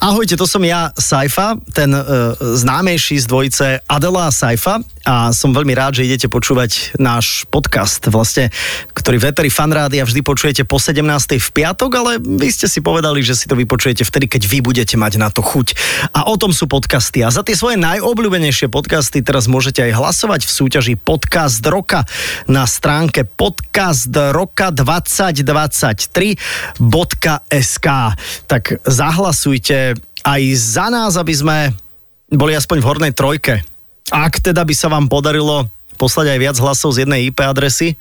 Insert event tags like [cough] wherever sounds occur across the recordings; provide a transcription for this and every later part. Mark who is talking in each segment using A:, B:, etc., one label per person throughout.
A: Ahojte, to som ja, Saifa, ten e, známejší z dvojice Adela a Saifa a som veľmi rád, že idete počúvať náš podcast, vlastne, ktorý v Eteri Fanrádia vždy počujete po 17. v piatok, ale vy ste si povedali, že si to vypočujete vtedy, keď vy budete mať na to chuť. A o tom sú podcasty. A za tie svoje najobľúbenejšie podcasty teraz môžete aj hlasovať v súťaži Podcast roka na stránke podcastroka2023.sk. Tak zahlasujte aj za nás, aby sme boli aspoň v hornej trojke. Ak teda by sa vám podarilo poslať aj viac hlasov z jednej IP adresy,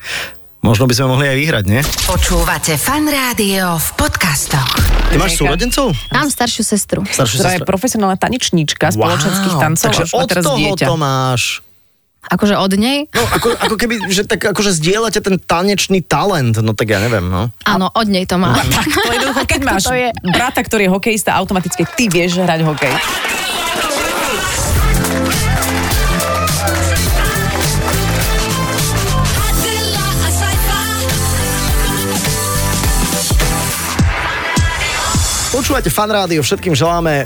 A: možno by sme mohli aj vyhrať, nie?
B: Počúvate fan rádio v podcastoch.
A: Ty máš súrodencov?
C: Mám staršiu sestru.
A: Staršiu
D: ktorá je
A: sestru.
D: profesionálna taničníčka spoločenských tancov
A: takže
D: a už má
A: od
D: teraz
A: toho
D: dieťa.
A: to máš.
C: Akože od nej?
A: No, ako, ako keby, že tak akože zdieľate ten tanečný talent, no tak ja neviem, no.
C: Áno, od nej to
D: [laughs]
C: má.
D: Tak to je jednoducho, keď
C: Tak
D: máš
C: toto je.
D: brata, ktorý je hokejista, automaticky ty vieš hrať hokej.
E: Adela Asaifa.
A: Počúvate fan rádio, všetkým želáme e,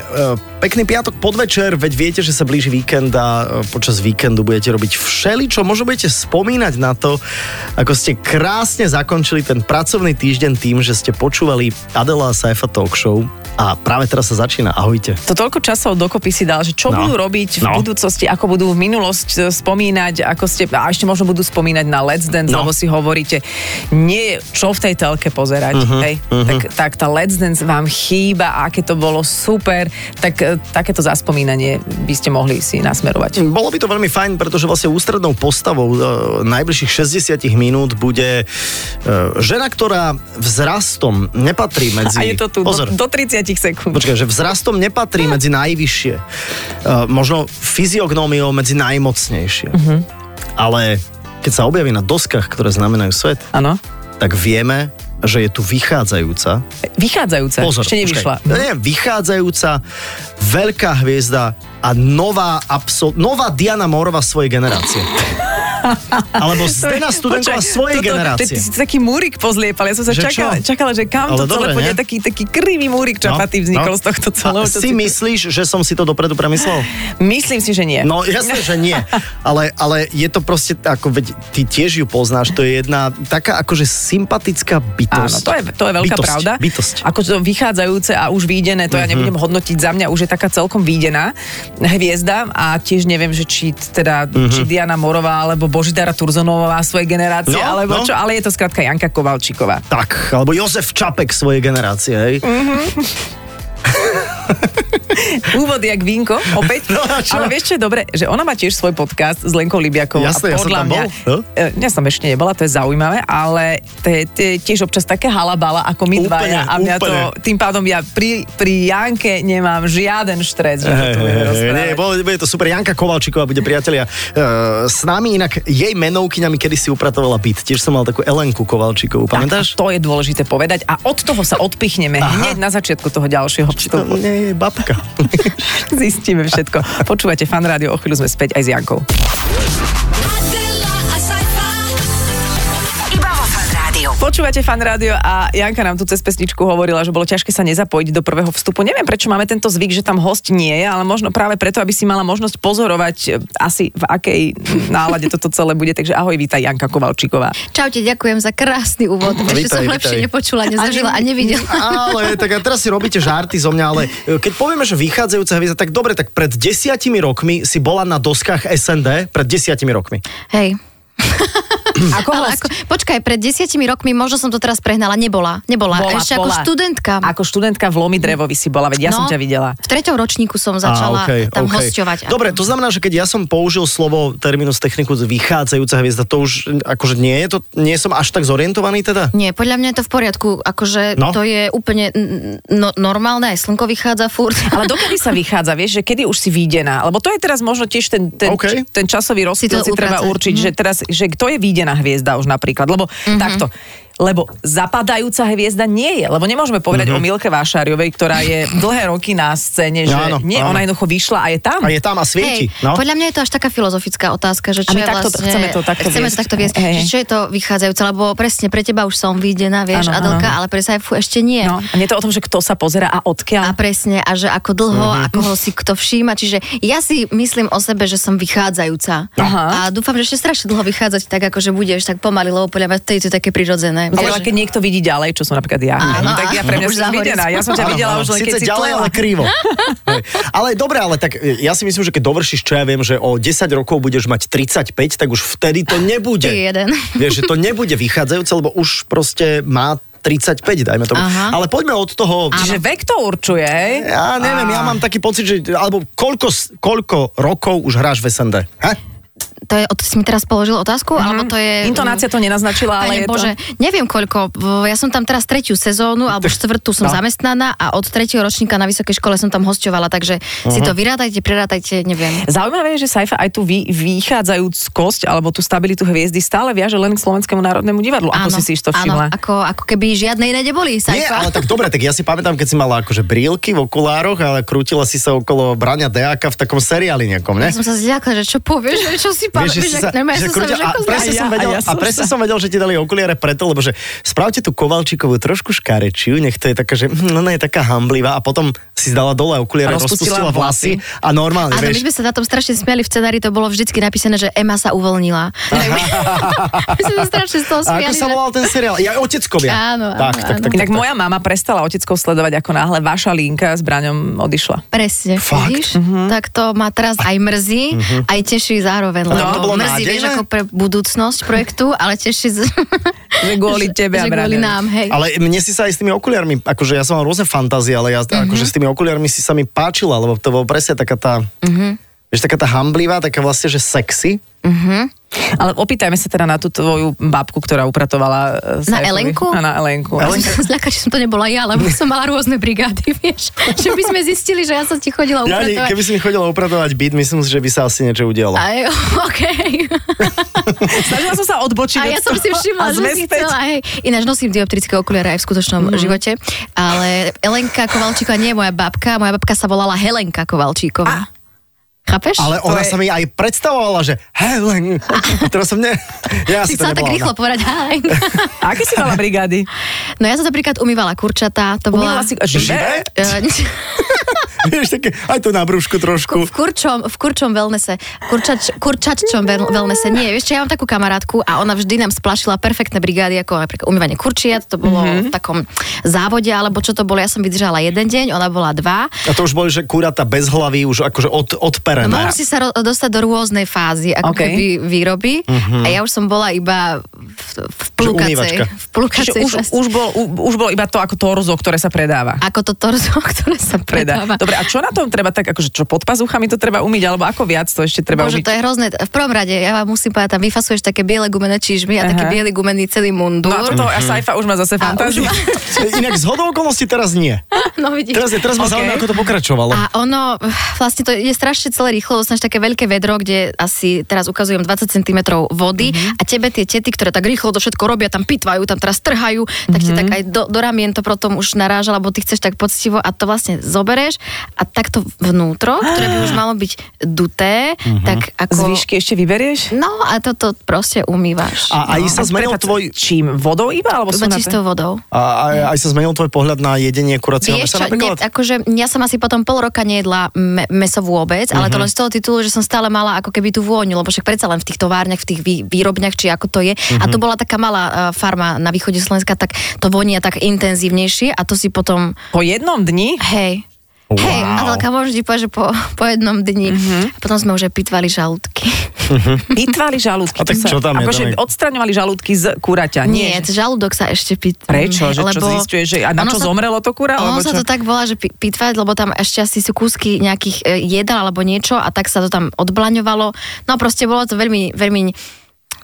A: pekný piatok podvečer, veď viete, že sa blíži víkend a e, počas víkendu budete robiť všeličo, možno budete spomínať na to, ako ste krásne zakončili ten pracovný týždeň tým, že ste počúvali Adela a Saifa Talk Show a práve teraz sa začína. Ahojte.
D: To toľko časov dokopy si dal, že čo
A: No.
D: no. budú robiť v
A: No.
D: budúcnosti, ako budú v minulosť e, spomínať, ako ste, a ešte možno budú spomínať na Let's Dance,
A: No.
D: no. lebo si hovoríte, nie je čo v tej telke pozerať,
A: Mhm,
D: uh-huh, hej? Uh-huh. Tak, tak tá Let's Dance vám chýba a aké to bolo super, tak e, takéto zaspomínanie by ste mohli si nasmerovať.
A: Bolo by to veľmi fajn, pretože vlastne ústrednou postavou e, najbližších 60 minút bude e, žena, ktorá vzrastom nepatrí medzi...
D: A je to tu
A: Pozor,
D: do, do 30 sekúnd.
A: Počkaj, že vzrastom nepatrí medzi najvyššie. Uh, možno fyziognómiou medzi najmocnejšie.
D: Mhm.
A: Mm-hmm. Ale keď sa objaví na doskách, ktoré znamenajú svet,
D: Áno.
A: tak vieme, že je tu vychádzajúca.
D: Vychádzajúca. ešte nevyšla.
A: počkaj. Nie, vychádzajúca, veľká hviezda a nová, absol- nová Diana Morová svojej
D: [laughs]
A: generácie. Alebo Zdena Studenková
D: Počkaj,
A: svojej
D: toto- Ty, ty
A: generácie.
D: si taký múrik pozliepal, ja som sa
A: Že
D: čakala,
A: čo?
D: čakala, že kam
A: Ale
D: to celé
A: dobre,
D: pôjde,
A: nie?
D: taký, taký krivý múrik čapatý vznikol z tohto
A: A
D: celého.
A: No,
D: čo
A: si myslíš, že som si to dopredu premyslel?
D: Myslím si, že nie.
A: No jasné, že
D: [laughs]
A: nie. Ale, ale je to proste, ako veď, ty tiež ju poznáš, to je jedna taká akože sympatická
D: Áno,
A: bytosť.
D: to je, to je veľká
A: bytosť,
D: pravda.
A: Bytosť. Mhm.
D: Ako to vychádzajúce a už výdené, to ja nebudem hodnotiť za mňa, už je taká celkom výdená hviezda a tiež neviem, že či teda
A: Mhm.
D: či Diana Morová alebo Božidara Turzonová svojej
A: No,
D: generácie, alebo
A: no.
D: čo, ale je to skrátka Janka Kovalčíková.
A: Tak, alebo Jozef Čapek svojej generácie, hej?
D: Mm, Úvod jak vínko, opäť.
A: [laughs] No a čo?
D: Ale vieš, čo je dobre? Že ona má tiež svoj podcast s Lenkou Libiakovou.
A: Jasné, ja
D: a
A: som
D: podľa
A: tam
D: mňa,
A: bol, no.
D: E, Ja som ešte nebola, to je zaujímavé, ale to je, to je tiež občas také halabala ako my
A: Úplne,
D: dvaja. A mňa to,
A: úplne.
D: tým pádom ja pri, pri Janke nemám žiaden štrec. Že to
A: Hej, hej,
D: tu budem
A: hej,
D: rozprávať.
A: Nie, bude, bude to super. Janka Kovalčíková bude priatelia e, s nami, inak jej menovkyňami kedysi upratovala byt. Tiež som mal takú Elenku Kovalčíkovú,
D: Tak, a
A: pamätáš?
D: to je dôležité povedať a od toho sa odpichneme hneď na začiatku toho ďalšieho vstupu.
A: nie, je babka.
D: [laughs] Zistíme
A: [laughs]
D: všetko. Počúvate fan rádio, o chvíľu sme späť aj s Jankou.
E: Adela Asaifa.
B: Iba vo fan rádiu.
D: Počúvate fan rádio a Janka nám tu cez pesničku hovorila, že bolo ťažké sa nezapojiť do prvého vstupu. Neviem, prečo máme tento zvyk, že tam host nie je, ale možno práve preto, aby si mala možnosť pozorovať eh, asi v akej nálade toto celé bude. Takže ahoj, vítaj Janka Kovalčíková.
C: Čaute, ďakujem za krásny úvod. Ešte
A: Vítaj,
C: som
A: vítaj.
C: lepšie nepočula, nezažila a
A: [laughs]
C: nevidela.
A: Ale tak a teraz si robíte žarty zo mňa, ale e, keď povieme, že vychádzajúca hviezda, tak dobre, tak pred desiatimi rokmi si bola na doskách SND, pred desiatimi rokmi.
C: Hej.
D: Ako
C: Ale ako, počkaj, pred desiatimi rokmi, možno som to teraz prehnala, nebola. Nebola.
D: Bola,
C: Ešte ako
D: bola.
C: študentka. No,
D: Ako študentka v Lomi Drevovi si bola, veď ja som ťa videla.
C: V treťom ročníku som
A: Á,
C: začala
A: okej,
C: tam
A: okej.
C: hosťovať.
A: Dobre, to znamená, že keď ja som použil slovo terminus technicus vychádzajúca hviezda, to už e, akože nie je to, nie som až tak zorientovaný teda?
C: Nie, podľa mňa je to v poriadku. Akože
A: No.
C: to je úplne n- no, normálne, aj slnko vychádza furt.
D: Ale dokedy sa vychádza, vieš, že kedy už si videná? Lebo to je teraz možno tiež ten, ten,
A: OK.
D: okay. ten časový rozptyl
C: Si to Mhm.
D: si, treba
C: upracovať. Mhm.
D: určiť, mm. že teraz, že kto je videná hviezda už napríklad. Lebo mm-hmm. takto, lebo zapadajúca hviezda nie je. Lebo nemôžeme povedať
A: Mhm.
D: mm-hmm. o Milke Vášariovej, ktorá je dlhé roky na scéne, že
A: Áno,
D: áno, nie,
A: áno.
D: ona jednoducho vyšla a je tam.
A: A je tam a svieti.
C: No. Hej,
A: no.
C: Podľa mňa je to až taká filozofická otázka, že čo
D: A my
C: je
D: takto-
C: vlastne,
D: chceme to takto
C: chceme
D: viesť.
C: To takto viesť
D: Hej.
C: že čo je to vychádzajúce, lebo presne pre teba už som videná, vieš,
D: Áno,
C: Adelka,
D: áno.
C: ale pre Saifu ešte nie.
D: No, a nie je to o tom, že kto sa pozera a odkiaľ.
C: A presne, a že ako dlho,
A: Mhm.
C: mm-hmm. ako ho si kto všíma. Čiže ja si myslím o sebe, že som vychádzajúca.
D: Aha.
C: A dúfam, že ešte strašne dlho vychádzať tak, ako že budeš tak pomaly, lebo podľa mňa to je to také prirodzené.
D: Ale
C: Vieš,
D: keď niekto vidí ďalej, čo som napríklad ja, no,
C: Áno,
D: tak ja
C: áno.
D: pre mňa
C: Už
D: si
C: za
D: videná. Ja som ťa
C: horizontom.
D: videla už len keď
A: Síce
D: si
A: ďalej,
D: tlela.
A: ale
D: [laughs]
A: krivo. Hej. ale dobre, ale tak e, ja si myslím, že keď dovršíš, čo ja viem, že o 10 rokov budeš mať 35, tak už vtedy to nebude.
C: Ty jeden.
A: [laughs] Vieš, že to nebude vychádzajúce, lebo už proste má 35, dajme tomu.
C: Aha.
A: Ale poďme od toho...
D: Čiže vek to určuje.
A: Ja neviem, ja
D: A-
A: mám taký pocit, že alebo koľko, s- koľko rokov už hráš v SND? Ha?
C: To je, od- si mi teraz položil otázku, alebo to
D: Mhm.
C: je...
D: Intonácia to nenaznačila, ale
C: Pane
D: je to-
C: Bože, neviem koľko, v- ja som tam teraz tretiu sezónu, alebo štvrtú som
A: No.
C: zamestnaná a od tretieho ročníka na vysokej škole som tam hostovala, takže si
A: Mhm.
C: to vyrátajte, prerátajte, neviem.
D: Zaujímavé je, že Saifa aj tú vy, vychádzajúckosť alebo tú stabilitu hviezdy stále viaže len k Slovenskému národnému divadlu. Ako si si to
C: áno,
D: všimla?
C: ako, ako keby žiadne iné neboli.
A: Nie,
C: Saifa.
A: ale tak dobre, tak ja si pamätám, keď si mala akože brílky v okulároch, ale krútila si sa okolo Brania Deáka v takom seriáli nejakom, ne?
C: Ja som sa zľakla, že čo povieš, že čo si
A: Vieš,
C: pamätáš.
A: že si sa- že krúťa- a presne
D: zľakla.
A: som
D: A ja-
A: vedel-
D: a ja
A: A
D: som
A: presne
D: sa-
A: som vedel, že ti dali okuliare preto, lebo že spravte tú Kovalčíkovú trošku škarečiu, nech to je taká, že hm, ona je taká hamblivá a potom si dala dole okuliare,
D: A
A: rozpustila
D: rozpustila
A: vlasy a normálne,
C: Áno, my
A: vieš.
C: sme sa na tom strašne smiali v scenári, to bolo vždycky napísané, že Ema sa
A: [laughs]
C: uvoľnila. [laughs] Tak my, my sme sa strašne z toho
A: A ako
C: smiali.
A: sa
C: že-
A: volal ten seriál? Ja, Oteckovia.
C: Áno, áno,
A: tak, tak,
C: áno.
A: tak, tak,
D: Inak moja mama prestala oteckov sledovať, ako náhle vaša linka s Braňom odišla.
C: Presne,
A: Fakt? Mhm.
C: vidíš? Tak to ma teraz aj mrzí, aj teší zároveň.
A: A tam No, to bolo
C: mrzí, vieš,
A: nádejné?
C: ako pre budúcnosť projektu, ale teší...
A: [laughs]
C: z-
D: Že
C: [laughs]
D: kvôli tebe a
C: že kvôli
D: Braňovi.
C: nám, hej.
A: Ale mne si sa aj s tými okuliarmi, akože ja som mal rôzne fantázie, ale ja, mm-hmm. akože s tými okuliarmi si sa mi páčila, lebo to bolo presne taká tá, mm-hmm. vieš, taká tá hamblivá, taká vlastne, že sexy.
D: Ale opýtajme sa teda na tú tvoju babku, ktorá upratovala e,
C: Na
D: Saifovi.
C: Elenku? No.
D: A na Elenku.
C: Ja som sa zľakla, že som to nebola ja, lebo som mala rôzne brigády, [laughs] vieš. Že by sme zistili, že ja som ti chodila
A: Ja, ani-
C: upratovať.
A: keby si mi chodila upratovať byt, myslím si, že by sa asi niečo udialo.
C: Aj, [laughs] okej.
D: Snažila som sa odbočiť
C: A ja
D: od
C: som si
D: toho a
C: všimla, že
D: sme
C: si
D: späť.
C: chcela. Hej. Ináč nosím dioptrické okuliare aj v skutočnom
A: Mhm.
C: mm. živote, ale Elenka Kovalčíková nie je moja babka, moja babka sa volala Helenka Kovalčíková. Chápeš?
A: Ale
D: To
A: ona
D: je-
A: sa mi aj predstavovala, že
C: [laughs]
A: Helen, a teraz som ne... Ja asi
C: si
A: to
C: chcela tak
A: nebola
C: rýchlo
A: ona.
C: povedať hi.
D: A aké si mala brigády?
C: No ja som napríklad umývala kurčatá, to bola...
D: Umývala si živé?
A: Živé?
C: [laughs]
A: Vieš, také, aj to na brúšku trošku.
C: v kurčom, v kurčom wellnesse, kurčač, kurčaččom wel- wellnesse, nie, vieš čo, ja mám takú kamarátku a ona vždy nám splašila perfektné brigády, ako napríklad umývanie kurčiat, to
D: Mhm.
C: bolo mm-hmm. v takom závode, alebo čo to bolo, ja som vydržala jeden deň, ona bola dva,
A: A to už boli, že kurata bez hlavy, už akože od, odperené.
C: Mohol si No, sa ro- dostať do rôznej fázy ako
D: Okej.
C: okay. keby výroby a ja už som bola iba v, v
A: Mhm.
C: plúkacej.
A: umývačka.
C: V plúkacej
D: Čiže už,
C: časti.
D: už, bol, u- už bol iba to ako torzo, ktoré sa predáva.
C: Ako to torzo, [laughs] ktoré sa
D: Predá.
C: predáva.
D: Dobre, a čo na tom treba tak, akože čo pod pazuchami to treba umyť, alebo ako viac to ešte treba
C: Bože,
D: umyť?
C: to je hrozné. V prvom rade, ja vám musím povedať, tam vyfasuješ také biele gumené čižmy a taký
D: Aha.
C: biely gumený celý
D: No
C: mundúr.
D: a toto a Saifa už má zase
C: A už
D: fantáziu.
C: ma-
A: [laughs] Inak z hodou okolností teraz nie.
C: [laughs] no vidíš.
A: Teraz, je, teraz ma
D: Ok.
A: zaujíma, ako to pokračovalo.
C: A ono, vlastne to je strašne celé rýchlo, dostaneš také veľké vedro, kde asi teraz ukazujem 20 cm vody
D: Mhm.
C: mm-hmm. a tebe tie tety, ktoré tak rýchlo to všetko robia, tam pitvajú, tam teraz trhajú, tak
D: Mhm.
C: mm-hmm. ti tak aj do, do ramien to potom už naráža, lebo ty chceš tak poctivo a to vlastne zobereš a takto vnútro, ktoré by už
D: [gasps]
C: malo byť duté, mm-hmm. tak ako...
D: Mhm. Z výšky ešte vyberieš?
C: No a toto proste umývaš.
A: A, aj
D: No.
A: sa zmenil
D: Prepáč,
A: tvoj...
D: Čím? Vodou iba? Alebo sú na
C: Iba čistou vodou.
A: A, a aj sa zmenil tvoj pohľad na jedenie kuracieho
C: Vieš
A: mesa
C: čo, nie,
A: napríklad?
C: akože ja som asi potom pol roka nejedla me- meso vôbec, ale
A: Mhm.
C: to len z toho titulu, že som stále mala ako keby tú vôňu, lebo však predsa len v tých továrniach, v tých vý, výrobniach, či ako to je. A
A: Mhm.
C: to bola taká malá uh, farma na východe Slovenska, tak to vonia tak intenzívnejšie a to si potom,
D: Po jednom dni?
C: hej,
A: Wow. Mhm.
C: Hej, Adelka, môžem ti povedať, že po, po jednom dni. A potom sme už aj pitvali žalúdky.
D: Pitvali žalúdky.
A: A tak
D: to sa-
A: čo tam je,
D: Akože
A: Dominik?
D: odstraňovali žalúdky z kuraťa.
C: Nie,
D: Nie.
C: t- žalúdok sa ešte pitva.
D: Prečo? Že čo zisťuješ, že a na čo zomrelo to kurá,
C: Ono
D: alebo
C: sa
D: čo?
C: to tak volá, že pi- pitvať, lebo tam ešte asi sú kúsky nejakých e, jedál alebo niečo a tak sa to tam odblaňovalo. No proste bolo to veľmi, veľmi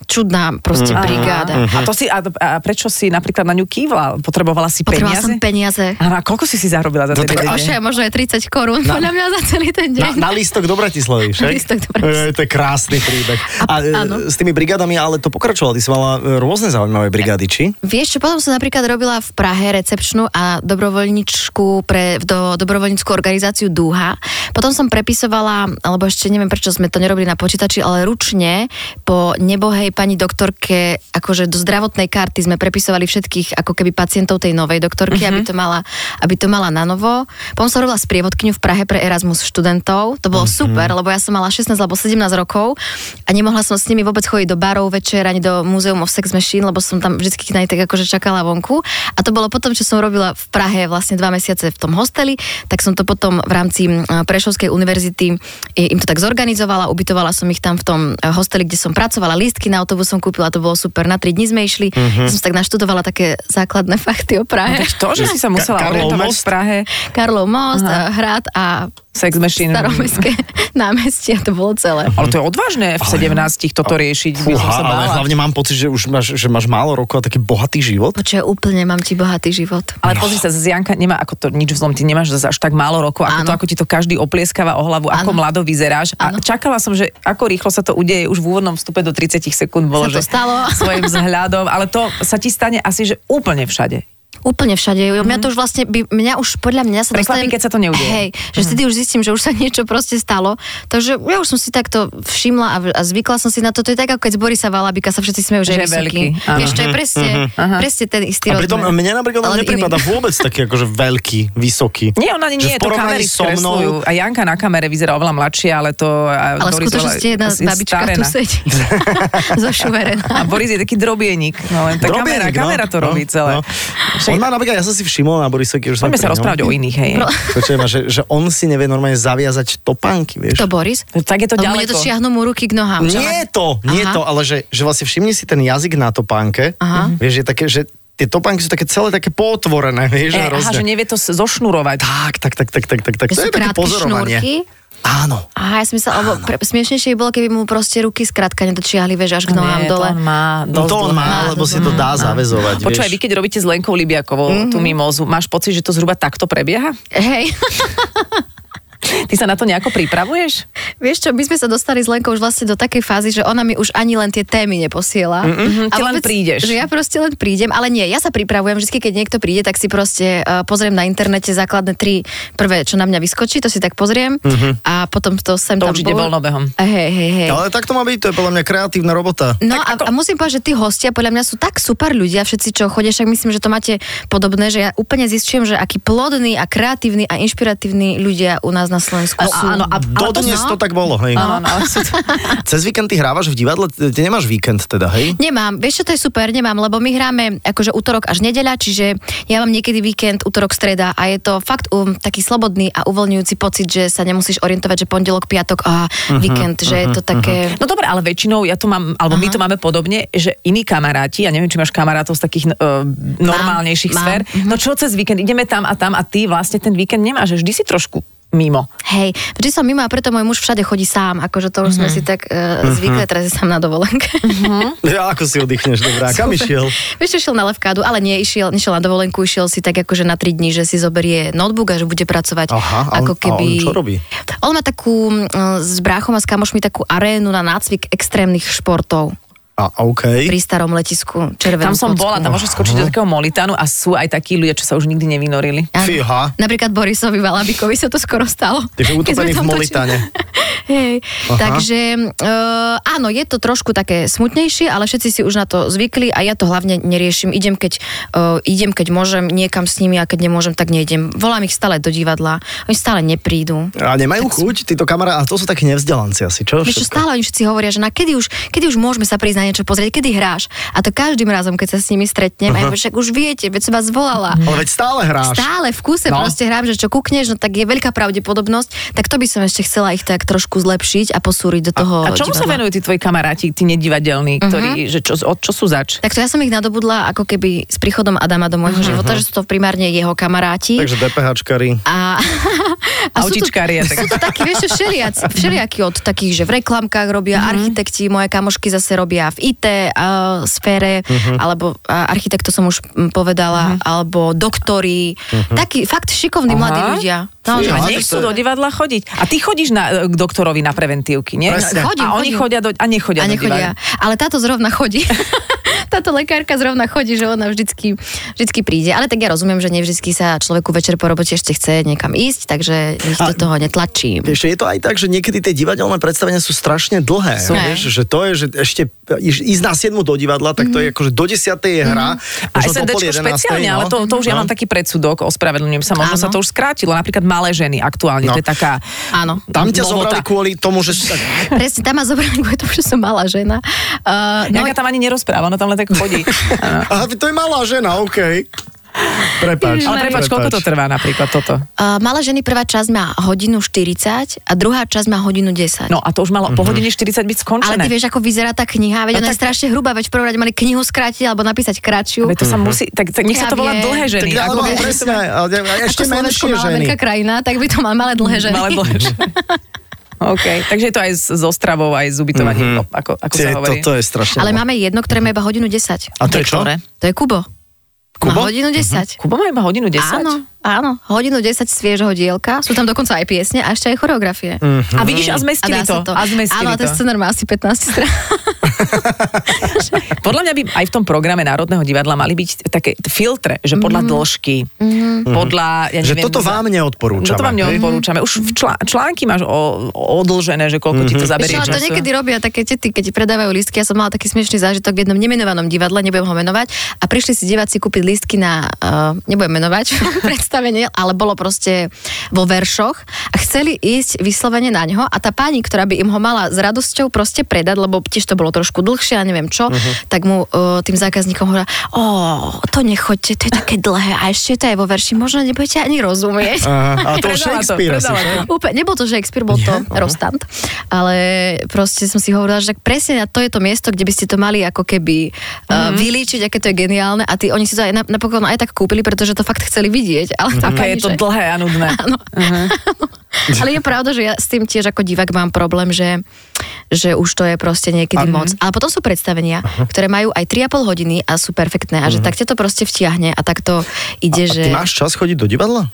C: čudná proste
D: Mm.
C: brigáda.
A: Mhm.
D: A, to si, a, a prečo si napríklad na ňu kývla? Potrebovala si
C: Potrebovala
D: peniaze?
C: som peniaze.
D: Áno, a koľko si si zarobila za
A: No
D: ten
A: tak-
D: jeden deň?
C: Ošia, možno aj 30 korún,
A: Na-
C: podľa mňa za celý ten deň.
A: Na, na lístok do
C: [laughs]
A: Bratislavy, však?
C: Na lístok do Bratislavy.
A: E, To je krásny príbeh. A,
C: A-
A: e,
C: áno.
A: s tými brigádami, ale to pokračovalo. Ty si mala e, rôzne zaujímavé brigády, či?
C: Vieš čo, potom som napríklad robila v Prahe recepčnú a dobrovoľničku pre, do, dobrovoľníckú organizáciu Dúha. Potom som prepisovala, alebo ešte neviem prečo sme to nerobili na počítači, ale ručne po nebohej pani doktorke, akože do zdravotnej karty sme prepisovali všetkých ako keby pacientov tej novej doktorky, aby, to mala, aby to mala na novo. Potom som robila sprievodkyňu v Prahe pre Erasmus študentov. To bolo super, lebo ja som mala 16 alebo 17 rokov a nemohla som s nimi vôbec chodiť do barov večer ani do Museum of Sex Machine, lebo som tam vždycky na nich tak akože čakala vonku. A to bolo potom, čo som robila v Prahe vlastne dva mesiace v tom hosteli, tak som to potom v rámci mm, Prešovskej univerzity e, im to tak zorganizovala, ubytovala som ich tam v tom e, hosteli, kde som pracovala, lístky na autobus som kúpila, to bolo super, na tri dni sme išli, ja som si tak naštudovala také základné fakty o Prahe.
D: To, že si sa musela
A: Ka- Karlov
D: orientovať
A: most?
D: v Prahe,
C: Karlov most, a hrad a
D: sex machine.
C: staromestské [laughs] námestie, to bolo celé.
D: Ale to je odvážne v 17 toto riešiť. by som sa
A: Fúha, ale
D: bála.
A: hlavne mám pocit, že už máš, že máš málo rokov a taký bohatý život.
C: Počkaj, úplne mám ti bohatý život.
D: Ale pozri sa, z Janka nemá ako to nič v zlom, ty nemáš zase až tak málo rokov, ako
C: Áno.
D: to, ako ti to každý oplieskáva o hlavu, ako
C: Áno.
D: mlado vyzeráš. A
C: Áno.
D: čakala som, že ako rýchlo sa to udeje, už v úvodnom vstupe do 30 sekúnd bolo,
C: Sa to
D: že
C: stalo.
D: [laughs] svojim vzhľadom, ale to sa ti stane asi, že úplne všade.
C: Úplne všade. Mm-hmm. Mňa to už vlastne, by, mňa už podľa mňa
D: Mhm.
C: sa
D: Prekvapí,
C: dostanem-
D: keď sa to neudeje. Mhm.
C: Hej, že vtedy už zistím, že už sa niečo proste stalo. Takže ja už som si takto všimla a, v- a zvykla som si na to. To je tak, ako keď z Borisa Valabika sa všetci smejú,
D: Že
C: že, je
D: je
C: vysoký.
D: veľký, áno. Mhm,
C: Vieš, to je presne, presne ten istý
A: A pritom
C: rozmer.
A: mne napríklad
C: Ale
A: ale
C: iný.
A: nepripada vôbec taký akože veľký, vysoký.
D: Nie, ona
A: Že
D: nie, nie
A: v
D: to
A: porovnaní
D: kamery so mnou. A Janka na kamere vyzerá oveľa mladšia, ale to... A
C: Ale v
D: Doris
C: skutočnosti
D: oveľa-
C: jedna
D: je
C: babička tu
D: starená. [laughs]
C: sedí. Zošuverená.
D: A Boris je taký drobienik. No len tá kamera,
A: Drobienik, No,
D: kamera to robí celé. Však-
A: On má napríklad, ja som si všimol na Borise, keď už
D: Poďme sa rozprávať
A: [laughs]
D: o iných, hej.
A: Počujem, že, že on si nevie normálne zaviazať topánky, vieš.
C: To Boris?
D: Tak je to
C: Ale mne
D: ďaleko.
C: to šiahnu mu ruky k nohám. že?
A: Nie to, nie
C: Aha.
A: to, ale že, že vlastne všimni si ten jazyk na topánke.
C: Aha.
A: Vieš, je také, že tie topánky sú také celé také potvorené, vieš, e,
D: E, aha, že nevie to s- zošnurovať.
A: Tak, tak, tak, tak, tak, tak, tak.
C: Že
A: To
C: sú
A: je také
C: krátke šnúrky.
A: pozorovanie. Áno.
C: Aha, ja som myslela, alebo pre, smiešnejšie by bolo, keby mu proste ruky skrátka nedočiahli, vieš, až k
D: Nie,
C: nohám
D: to
C: dole.
D: on má
A: No
D: dosť
A: to on
D: dlhé.
A: má, lebo si to dá zavezovať,
D: Počúvaj, vy
A: vieš.
D: keď robíte s Lenkou Libiakovou
A: Mhm.
D: mm-hmm. tú mimózu, máš pocit, že to zhruba takto prebieha?
C: [laughs] Hej,
D: Ty sa na to nejako pripravuješ?
C: vieš čo, my sme sa dostali s Lenkou už vlastne do takej fázy, že ona mi už ani len tie témy neposiela. Mm-hmm,
D: ty len prídeš.
C: Že ja proste len prídem, ale nie, ja sa pripravujem, vždy keď niekto príde, tak si proste uh, pozriem na internete základné tri prvé, čo na mňa vyskočí, to si tak pozriem mm-hmm. a potom to
D: Mhm.
C: sem
D: To
C: tam...
D: určite
C: bol-
D: voľnobehom.
C: Hej, hej, hej.
A: Ale tak to má byť, to je podľa mňa kreatívna robota.
C: No a, a musím povedať, že tí hostia podľa mňa sú tak super ľudia, všetci čo chodia, však myslím, že to máte podobné, že ja úplne zistujem, že akí plodní a kreatívni a inšpiratívni ľudia u nás na Slovensku sú.
D: áno, a- ale to
A: Dodnes to tak bolo, hej.
D: Áno, áno. sú to-
A: Cez víkend ty hrávaš v divadle, ty nemáš víkend teda, hej?
C: Nemám, vieš čo, to je super, nemám, lebo my hráme akože útorok až nedeľa, čiže ja mám niekedy víkend, útorok, streda a je to fakt um, taký slobodný a uvoľňujúci pocit, že sa nemusíš orientovať, že pondelok, piatok a
D: Mhm,
C: víkend, že je to také...
D: [laughs] No dobre, ale väčšinou ja to mám, alebo my to máme podobne, že iní kamaráti, ja neviem, či máš kamarátov z takých uh, normálnejších
C: mám. Mhm.
D: sfér, no čo cez víkend, ideme tam a tam a ty vlastne ten víkend nemáš, že vždy si trošku mimo.
C: Hej, vždy som mimo a preto môj muž všade chodí sám, akože to už sme
D: Mhm,
C: si tak uh, zvykli, teraz je sám na dovolenke.
A: Ja, ako si oddychneš, dobrá, kam išiel?
C: Vieš, čo, išiel na levkádu, ale nie, išiel, nešiel na dovolenku, išiel si tak akože na 3 dní, že si zoberie notebook a že bude pracovať.
A: Aha, a on-
C: ako
A: a on
C: keby...
A: čo robí?
C: On má takú mm, s bráchom a s kamošmi takú arénu na nácvik extrémnych športov
A: A, OK.
C: pri starom letisku Červenú
D: Tam som
C: Kocku.
D: bola, tam môžeš skočiť
A: Mhm.
D: do takého Molitánu a sú aj takí ľudia, čo sa už nikdy nevynorili.
C: Áno.
A: Fíha.
C: Napríklad Borisovi Valabikovi sa to skoro stalo.
A: Takže
C: Keď sme
A: utopený
C: tam
A: v
C: točili.
A: Molitáne.
C: [laughs] Hej.
A: Aha.
C: Takže uh, áno, je to trošku také smutnejšie, ale všetci si už na to zvykli a ja to hlavne neriešim. Idem keď, uh, idem, keď môžem niekam s nimi a keď nemôžem, tak nejdem. Volám ich stále do divadla, oni stále neprídu.
A: A nemajú chuť títo kamará, a to sú takí nevzdelanci asi, čo?
C: Vieš čo,
A: Všetko?
C: stále oni všetci hovoria, že na kedy už, kedy už môžeme sa prísť na niečo pozrieť, kedy hráš. A to každým razom, keď sa s nimi stretnem, uh-huh. však už viete, veď som vás volala.
A: Ale veď stále hráš.
C: Stále v kuse
A: No.
C: no. proste hrám, že čo kúkneš, no tak je veľká pravdepodobnosť, tak to by som ešte chcela ich tak trošku zlepšiť a posúriť do toho
D: A čomu sa
C: divadla. Mhm.
D: venujú tí tvoji kamaráti, tí nedivadelní, ktorí, že čo, od čo sú zač?
C: Takto ja som ich nadobudla ako keby
D: Mhm.
C: s príchodom Adama do môjho života, že sú to primárne jeho kamaráti.
A: Takže DPHčkari.
C: A, sú tu-
D: Autičkári a tak.
C: Sú to takí, vieš, čo,
D: [laughs]
C: všelijac- všelijakí od takých, že v reklamkách robia
D: Mhm.
C: architekti, moje kamošky zase robia v IT uh, sfére,
D: Mhm.
C: alebo uh, architekto som už mm, povedala, alebo doktori. Takí fakt šikovní
D: Mhm. Aha.
C: mladí ľudia.
A: No,
D: a
C: Naozaj.
D: nechcú do divadla chodiť. A ty chodíš na, eh, k doktorovi na preventívky, nie?
A: Presne.
D: a
C: Chodím,
D: oni
C: chodím.
D: chodia do, a nechodia
C: a
D: do
C: nechodia.
D: divadla.
C: Ale táto zrovna chodí. [laughs] táto lekárka zrovna chodí, že ona vždycky, vždycky príde. Ale tak ja rozumiem, že nevždycky sa človeku večer po robote ešte chce niekam ísť, takže nikto
A: A-
C: do toho netlačí.
A: Ešte je to aj tak, že niekedy tie divadelné predstavenia sú strašne dlhé.
C: Sú.
A: Vieš, že to je, že ešte iš- ísť na 7 do divadla, tak to je akože do 10 je hra.
D: Mhm. A
A: možno do pol
D: SNDčko
A: 11,
D: špeciálne,
A: no.
D: ale to, to už ja
A: No.
D: mám taký predsudok, ospravedlňujem sa, možno
C: Áno.
D: sa to už skrátilo. Napríklad malé ženy aktuálne,
A: No.
D: to je taká
C: Áno.
A: Tam ťa
D: novota.
A: zobrali kvôli tomu, že... si-
C: Presne, tam ma zobrali kvôli tomu, že som malá žena. Uh, no,
D: Janka tam ani nerozpráva, ona tam len tak
A: [laughs]
D: chodí. Áno.
A: Aha, to je malá žena, OK. Prepač.
D: Ale prepáč, koľko to trvá napríklad toto?
C: uh, malá ženy prvá časť má hodinu 40 a druhá časť má hodinu 10.
D: No a to už malo
A: Mhm.
D: po hodine 40 byť
C: Ale
D: skončené.
C: ty vieš, ako vyzerá tá kniha, veď
D: No
C: no, ona
D: tak-
C: je strašne hrubá, veď v prvom rade mali knihu skrátiť alebo napísať kratšiu.
D: Veď to sa musí, tak, tak nech sa
C: Ja
D: to volá
C: viem.
D: dlhé
A: Mhm. Tak
D: ženy.
A: ja,
D: Ako
A: no,
D: vieš,
A: presne, a- a ešte
C: ako Slovensko
A: menšie
C: malá
A: ženy.
C: veľká krajina, tak by to mal [laughs] malé dlhé ženy.
D: Malé dlhé ženy. [laughs] OK, takže je to aj s, s ostravou, aj s ubytovaním, mm-hmm. ako, ako sa
A: Mhm. Tie-
D: hovorí.
A: Toto je strašne.
C: Ale máme jedno, ktoré má iba hodinu 10.
A: A to je čo?
D: Ktoré?
C: To je Kubo.
A: Kubo?
C: Má
D: Mhm.
C: hodinu 10.
D: Kubo má iba hodinu 10?
C: Áno, áno. Hodinu 10 sviežho dielka. Sú tam dokonca aj piesne a ešte aj choreografie. Mm-hmm.
D: A vidíš, a zmestili to. Mhm. A zmestili
C: Áno, a ten
D: to.
C: scenár má asi 15 strán.
D: [laughs]
C: [laughs]
D: Podľa mňa by aj v tom programe Národného divadla mali byť také t- filtre, že
C: Mhm.
D: podľa dĺžky, podľa... Ja
A: Že
D: neviem,
A: toto vám neodporúčame,
D: Toto vám
A: hej?
D: neodporúčame. Už v člá, články máš o, o- odlžené, že koľko ti to
A: Mhm.
D: zaberie
C: Vieš, ale to
D: času.
C: niekedy robia také tety, keď predávajú lístky. Ja som mala taký smiešný zážitok v jednom nemenovanom divadle, nebudem ho menovať, a prišli si diváci kúpiť lístky na, uh, nebudem menovať, [laughs] predstavenie, ale bolo proste vo veršoch a chceli ísť vyslovene na ňo a tá pani, ktorá by im ho mala s radosťou proste predať, lebo tiež to bolo trošku dlhšie a neviem čo, tak mu uh, tým zákazníkom hovorila, o, to nechoďte, to je také dlhé a ešte to je vo verši, možno nebudete ani rozumieť.
A: Aha, a
D: [laughs]
A: to
D: Predala to,
A: Shakespeare asi.
D: predala
A: že?
D: to.
C: Úplne, nebol to Shakespeare, bol to Rostand. Ale proste som si hovorila, že tak presne na to je to miesto, kde by ste to mali ako keby
D: Mhm.
C: uh, vylíčiť, aké to je geniálne. A tí, oni si to aj na- napokon aj tak kúpili, pretože to fakt chceli vidieť. Ale
A: Mhm.
C: tá
D: Aké je
C: pani,
D: to Mhm.
C: že- [laughs]
D: dlhé a nudné.
C: Áno. [laughs] ale je pravda, že ja s tým tiež ako divák mám problém, že, že už to je proste niekedy moc. Ale potom sú predstavenia, ktoré majú aj 3,5 hodiny a sú perfektné a že tak ťa to proste vtiahne a tak to ide,
A: Mhm. A
C: že...
A: ty máš čas chodiť do divadla?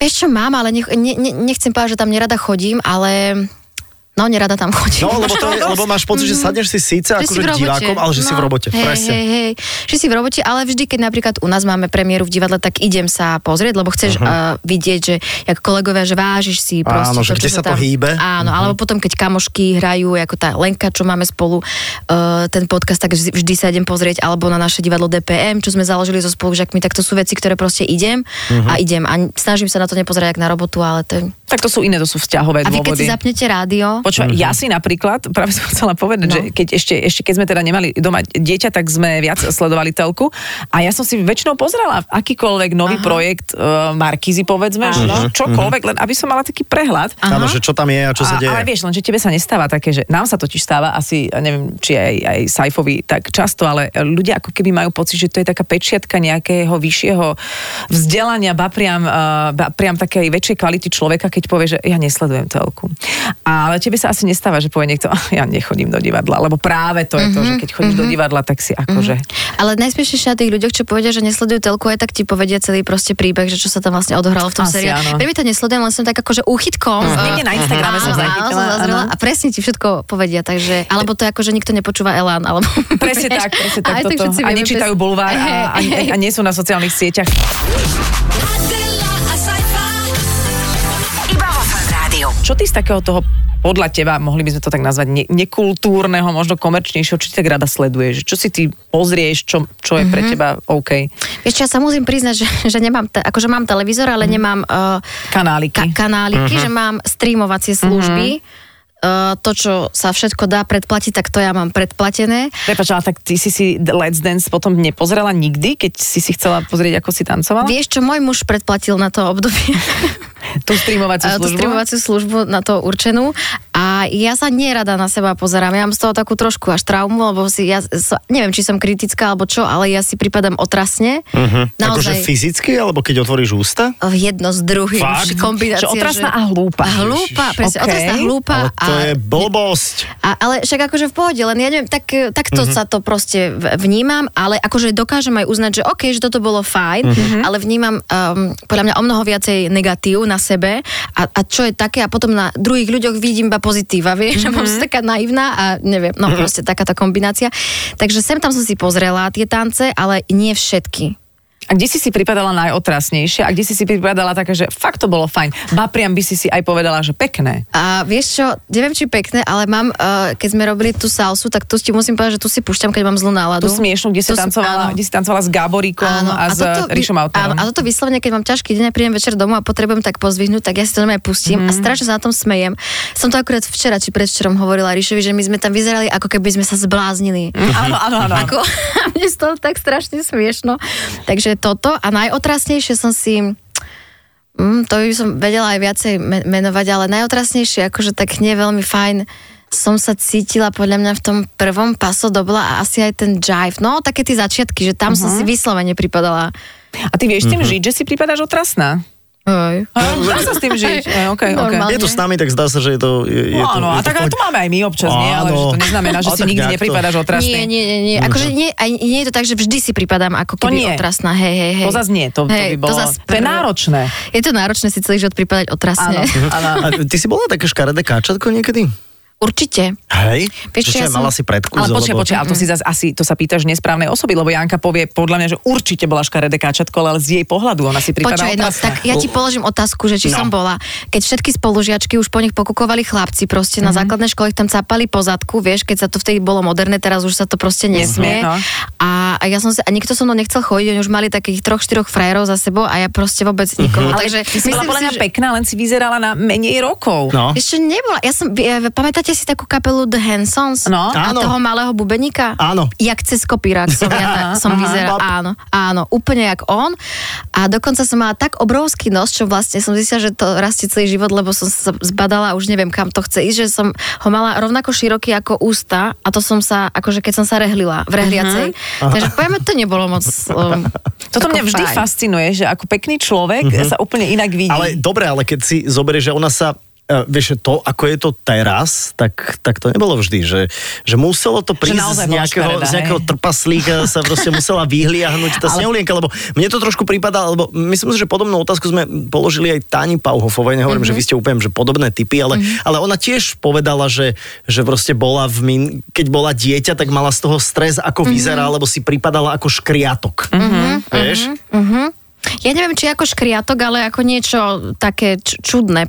C: Vieš čo, mám, ale nech, ne, ne, nechcem povedať, že tam nerada chodím, ale no, nerada tam chodím.
A: No,
C: [laughs]
A: lebo, to je, lebo máš pocit, že sadneš si síce
C: Že
A: akože
C: si v robote. No.
A: divákom, ale že si v robote.
C: Hej,
A: Presne.
C: hej, hej. Že si v robote, ale vždy, keď napríklad u nás máme premiéru v divadle, tak idem sa pozrieť, lebo chceš uh-huh. uh, vidieť, že jak kolegovia, že vážiš si
A: Mhm.
C: proste
A: Áno, že
C: to,
A: kde
C: čo
A: sa to
C: tam,
A: hýbe. Mhm.
C: Áno, alebo potom, keď kamošky hrajú, ako tá Lenka, čo máme spolu uh, ten podcast, tak vždy vždy sa idem pozrieť, alebo na naše divadlo DPM, čo sme založili so spolužiakmi, tak to sú veci, ktoré proste idem uh-huh. a
A: Mhm.
C: idem. A snažím sa na to nepozerať jak na robotu, ale to je...
D: Tak to sú iné, to sú vzťahové
C: A vy keď
D: dôvody.
C: si zapnete rádio...
D: Počúvaj, ja si napríklad, práve som chcela povedať, Mhm. no. že keď ešte, ešte keď sme teda nemali doma dieťa, tak sme viac sledovali telku a ja som si väčšinou pozerala akýkoľvek nový Aha. projekt uh, Markízy, povedzme, že no, čokoľvek, len aby som mala taký prehľad.
A: Áno, že čo tam je a čo sa
D: A-
A: deje.
D: Ale vieš, len, že tebe sa nestáva také, že nám sa totiž stáva asi, ja neviem, či aj, aj Saifovi tak často, ale ľudia ako keby majú pocit, že to je taká pečiatka nejakého vyššieho vzdelania, ba priam, eh, ba priam takej väčšej kvality človeka, keď povie, že ja nesledujem telku. Ale tebe sa asi nestáva, že povie niekto, "Ah, ja nechodím do divadla, lebo práve to je to, že keď chodíš do divadla, tak si akože...
C: Mhm. Ale najsmiešnejšie na tých ľuďoch, čo povedia, že nesledujú telku, aj tak ti povedia celý proste príbeh, že čo sa tam vlastne odohralo v tom
D: Asi
C: seriáli.
D: áno.
C: Prvý to nesledujem, len som tak akože úchytkom.
D: Mhm. Niekde na Instagrame som zachytila, áno.
C: A presne ti všetko povedia, takže, alebo to je ako, že nikto nepočúva Elán, alebo...
D: Presne
C: vieš. [laughs]
D: tak, presne
C: Aj
D: tak, toto.
C: všetci
D: a
C: vieme
D: nečítajú
C: presne.
D: bulvár
C: [laughs]
D: a, a, a nie sú na sociálnych sieťach.
E: Adela, a
B: Iba vo Fan Rádiu.
D: Čo ty z takého toho podľa teba, mohli by sme to tak nazvať, ne- nekultúrneho, možno komerčnejšieho, čo ty tak rada sleduješ? Čo si ty pozrieš, čo, čo je
C: Mhm.
D: pre teba OK?
C: Vieš čo, ja sa musím priznať, že, [laughs] že nemám, te, akože mám televízor, ale
D: Mhm.
C: nemám uh,
D: Kanáliky.
C: ka- kanáliky,
D: Mhm.
C: že mám streamovacie služby. Uh, to, čo sa všetko dá predplatiť, tak to ja mám predplatené.
D: Prepač, ale tak ty si si Let's Dance potom nepozrela nikdy, keď si si chcela pozrieť, ako si
A: No.
D: tancovala?
C: Vieš, čo môj muž
A: [laughs]
C: predplatil na to obdobie?
D: Tú streamovaciu
C: tú
D: službu?
C: streamovaciu službu na to určenú a A ja sa nerada na seba pozerám. Ja mám z toho takú trošku až traumu, lebo si, ja sa, neviem, či som kritická alebo čo, ale ja si prípadam otrasne. Uh-huh.
A: Akože
C: Naozaj.
A: fyzicky, alebo keď otvoríš ústa?
C: jedno s druhým.
A: Fakt?
C: že [laughs] Kombinácia,
D: Že otrasná
C: že-
D: a hlúpa.
C: A hlúpa, presne.
D: Okej.
C: Otrasná, hlúpa.
A: Ale to
C: a...
A: je blbosť.
C: A, ale však akože v pohode, len ja neviem, tak, takto mm-hmm. sa to proste v- vnímam, ale akože dokážem aj uznať, že OK, že toto bolo fajn,
D: Mhm.
C: mm-hmm. ale vnímam um, podľa mňa o mnoho viacej negatív na sebe a, a čo je také a potom na druhých ľuďoch vidím iba pozitíva, vieš, mm-hmm. a
D: Mhm.
C: som taká naivná a neviem, no proste taká tá kombinácia. Takže sem tam som si pozrela tie tance, ale nie všetky.
D: A kde si si pripadala najotrasnejšia a kde si si pripadala taká, že fakt to bolo fajn. Ba priam by si si aj povedala, že pekné.
C: A vieš čo, neviem či pekné, ale mám, uh, keď sme robili tú salsu, tak tu ti musím povedať, že tu si púšťam, keď mám zlú náladu.
D: Tu smiešnú, kde si,
C: Tu si-
D: tancovala,
C: áno.
D: kde si tancovala s Gaboríkom
C: Áno,
D: a, s
C: toto vy-
D: Ríšom
C: áno,
D: Autorom.
C: A toto vyslovene, keď mám ťažký deň a prídem večer domov a potrebujem tak pozvihnúť, tak ja si to normálne
D: Mhm.
C: pustím a strašne sa na tom smejem. Som to akurát včera či predvčerom hovorila Ríšovi, že my sme tam vyzerali ako keby sme sa zbláznili.
D: Áno, áno, áno.
C: Ako, [laughs] a mne z toho tak strašne smiešno. Takže toto a najotrasnejšie som si... Mm, to by som vedela aj viacej me- menovať, ale najotrasnejšie, akože tak nie veľmi fajn, som sa cítila podľa mňa v tom prvom paso dobla a asi aj ten jive. No, také tie začiatky, že tam uh-huh.
D: Mhm.
C: som si vyslovene pripadala.
D: A ty vieš s
A: Mhm.
D: tým žiť, že si pripadáš otrasná?
C: Hej.
D: [laughs] Dá sa s tým žiť. Aj, okay, okay.
C: Normálne.
A: Je to s nami, tak zdá sa, že je to... Je, je
D: No,
A: to,
D: áno,
A: je
D: a
A: to
D: tak ale
A: pohode.
D: to máme aj my občas, nie? Ale že to
A: Áno.
D: neznamená, že
A: A
D: si
A: tak
D: nikdy
A: nejak to-
D: nepripadáš otrasný.
C: Nie, nie, nie, nie. Akože nie, aj, nie je to tak, že vždy si pripadám ako
D: To nie.
C: keby otrasná. Hej, hej, hej.
D: To zase nie, to, to by
C: Hej,
D: bolo... To,
C: zas
D: to je
C: pr-
D: náročné.
C: Je to náročné si celý život pripadať otrasne.
D: Áno, áno.
A: Mhm. A ty si bola také škaredé káčatko niekedy?
C: Určite.
A: Hej?
C: Vieš
A: Že
C: čo,
A: čo,
C: ja som-
A: mala si predku?
D: Ale počkaj, počkaj, ale to si zase asi, to sa pýtaš nesprávnej osoby, lebo Janka povie podľa mňa, že určite bola škaredé káčatko, ale z jej pohľadu ona si pripadá
C: Počkaj, no,
D: otrasná.
C: tak ja ti položím otázku, že či
A: No.
C: no. som bola. Keď všetky spolužiačky už po nich pokúkovali chlapci, proste
D: Mhm.
C: mm-hmm. na základnej škole ich tam capali po zadku, vieš, keď sa to vtedy bolo moderné, teraz už sa to proste
D: Nesmie,
C: nesmie.
D: no.
C: a, a ja som si, a nikto so mnou nechcel chodiť, oni už mali takých troch, štyroch frajerov za sebou a ja proste vôbec nikomu.
D: Ale
C: Takže
D: ty si bola
C: myslím
D: podľa
C: si,
D: mňa pekná, len si vyzerala na menej rokov.
A: No.
C: Ešte nebola. Ja som, vy- e, pamätáte si takú kapelu The Hansons?
D: No.
C: A
A: Áno.
C: toho malého bubeníka?
A: Áno.
C: Jak cez kopírák som ja tak,
D: [laughs]
C: som
A: Bab.
C: vyzerala. Áno, áno, úplne jak on. A dokonca som mala tak obrovský nos, čo vlastne som zistila, že to rastie celý život, lebo som sa zbadala, už neviem kam to chce ísť, že som ho mala rovnako široký ako ústa a to som sa, akože keď som sa rehlila v rehliacej. Uh-huh. Takže poviem, to nebolo
D: [laughs]
C: moc... Um,
D: Mhm. Toto
C: ako
D: mňa vždy
C: fajn.
D: fascinuje, že ako pekný človek sa úplne inak vidí.
A: Mhm. Ale dobre, ale keď si zoberieš, že ona sa e, vieš, že to, ako je to teraz, tak, tak to nebolo vždy, že, že muselo to prísť z
D: naozaj bola
A: nejakého,
D: škaredá,
A: z nejakého
D: hej.
A: trpaslíka, sa proste musela vyhliahnuť tá ale... snehulienka, lebo mne to trošku prípada, lebo myslím si, že podobnú otázku sme položili aj Táni Pauhofovej, nehovorím, mm-hmm. že vy ste úplne že podobné typy, ale, mm-hmm. ale ona tiež povedala, že, že proste bola v min, keď bola dieťa, tak mala z toho stres, ako mm-hmm. vyzerá, lebo si pripadala ako škriatok. Mm-hmm. Vieš? Mm-hmm.
C: Uh-huh. Ja neviem, či ako škriatok, ale ako niečo také č- čudné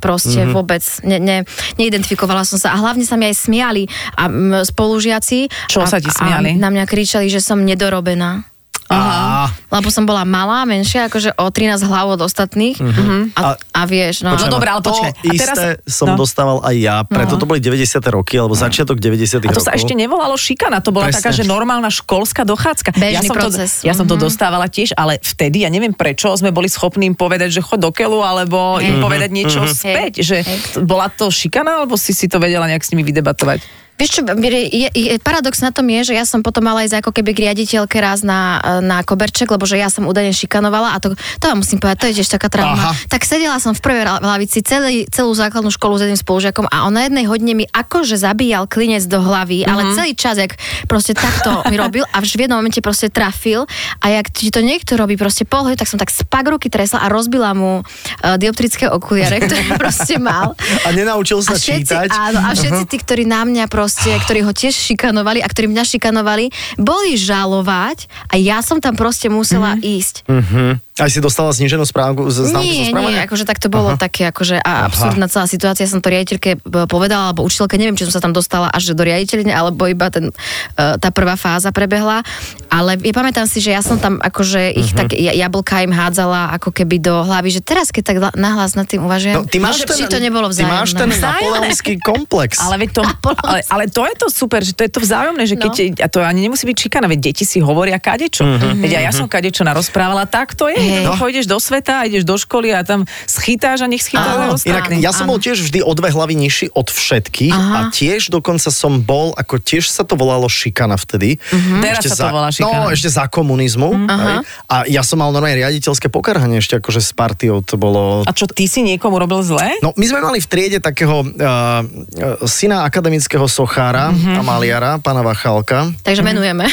D: Mhm.
C: proste mm-hmm. vôbec. Ne, ne, neidentifikovala som sa. A hlavne sa mi aj smiali a m, spolužiaci.
D: Čo
C: a,
D: sa ti smiali?
C: A na mňa kričali, že som nedorobená.
A: Aha.
C: Lebo som bola malá, menšia, akože o 13 hlav od ostatných.
D: Mhm.
C: Mm-hmm. A, a vieš, no.
D: Počkaj,
C: no
D: dobre, ale
A: to
D: počkaj, a
A: isté
D: teraz-
A: som
D: no. Hm.
A: dostával aj ja, preto to boli 90. roky, alebo začiatok 90.
D: A
A: rokov.
D: to sa ešte nevolalo šikana, to bola
A: Presne.
D: Presne. taká, že normálna školská dochádzka.
C: Bežný
D: ja som
C: proces. Mhm.
D: To, ja som to dostávala tiež, ale vtedy, ja neviem prečo, sme boli schopní im povedať, že chod do keľu, alebo im povedať niečo späť. Že
C: Hej.
D: t- bola to šikana, alebo si si to vedela nejak s nimi vydebatovať?
C: Vieš čo, Miri, je, je, paradox na tom je, že ja som potom mala ísť ako keby k riaditeľke raz na, e, na koberček, lebo že ja som údajne šikanovala a to, to vám musím povedať, to je tiež taká trauma.
A: Aha.
C: Tak sedela som v prvej la- lavici celý, celú základnú školu s jedným spolužiakom a on na jednej hodine mi akože zabíjal klinec do hlavy, ale
A: Mhm.
C: celý čas, jak proste takto mi robil a v jednom momente proste trafil a jak ti to niekto robí proste pol hodinu, tak som tak z pak ruky tresla a rozbila mu uh, dioptrické okuliare, ktoré [laughs] proste mal
A: A nenaučil sa čítať.
C: áno, a všetci tí, ktorí na mňa proste, ktorí ho tiež šikanovali a ktorí mňa šikanovali, boli žalovať a ja som tam proste musela mm-hmm. ísť.
A: Mhm. Aj si dostala zniženú správku, z- známku zo
C: nie, nie,
A: správania?
C: akože tak to bolo Aha. také akože a absurdná celá situácia, som to riaditeľke b- povedala, alebo učiteľke, neviem, či som sa tam dostala až do riaditeľne, alebo iba ten, e, tá prvá fáza prebehla, ale ja pamätám si, že ja som tam akože
A: Mhm.
C: ich tak ja- jablka im hádzala ako keby do hlavy, že teraz keď tak la- nahlas nad tým uvažujem,
A: No, ty máš
C: že
A: ten,
C: či to nebolo
A: ty
C: vzájomné.
A: máš ten napoleonský komplex.
D: Ale, veď to, ale, ale to je to super, že to je to vzájomné, že keď,
C: No.
D: no. a to ani nemusí byť šikana, veď deti si hovoria kadečo. Mm-hmm. Veď aj ja som kadečo narozprávala, tak to je. Hej.
C: Mhm. Hej.
D: Mhm. No. Pôjdeš do sveta, a ideš do školy a tam schytáš a nech
C: Áno,
D: schytáš
A: Inak
C: Áno,
A: ja som
C: áno.
A: bol tiež vždy o dve hlavy nižší od všetkých
C: Aha.
A: a tiež dokonca som bol, ako tiež sa to volalo šikana vtedy.
D: Mhm. Teraz
A: za,
D: sa to volá šikana. Mhm.
A: No, ešte za komunizmu. Hej. A ja som mal normálne riaditeľské pokarhanie ešte akože s partiou, to bolo...
D: A čo, ty si niekomu robil zle?
A: No, my sme mali v triede takého uh, syna akademického sochára
D: Mhm.
A: mm-hmm. a maliara, pána Vachalka.
C: Takže menujeme.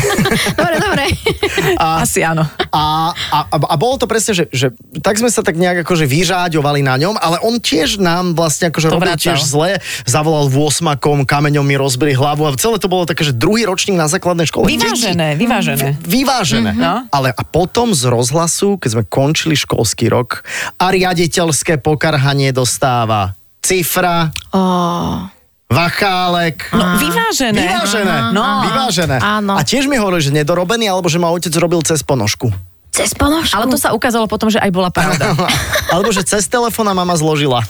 C: [laughs] dobre, dobre.
D: A... Asi áno.
A: A, a, a- a bolo to presne, že, že tak sme sa tak nejak akože vyžáďovali na ňom, ale on tiež nám vlastne akože
D: To
A: robil
D: vracal.
A: tiež zle, zavolal v osmakom, kameňom mi rozbili hlavu a celé to bolo také, že druhý ročník na základnej škole.
D: Vyvážené, vyvážené.
A: Vyvážené.
D: No.
A: Mm-hmm. Ale a potom z rozhlasu, keď sme končili školský rok a riaditeľské pokarhanie dostáva cifra,
C: Oh.
A: vachálek.
D: No, vyvážené.
A: Vyvážené.
D: No.
A: Vyvážené.
C: Áno.
A: A tiež mi hovorili, že nedorobený, alebo že ma otec robil cez
D: [laughs]
A: ponožku.
C: Cez ponožku.
D: Ale to sa ukázalo potom, že aj bola pravda.
A: [laughs] Alebo že cez telefón a mama zložila.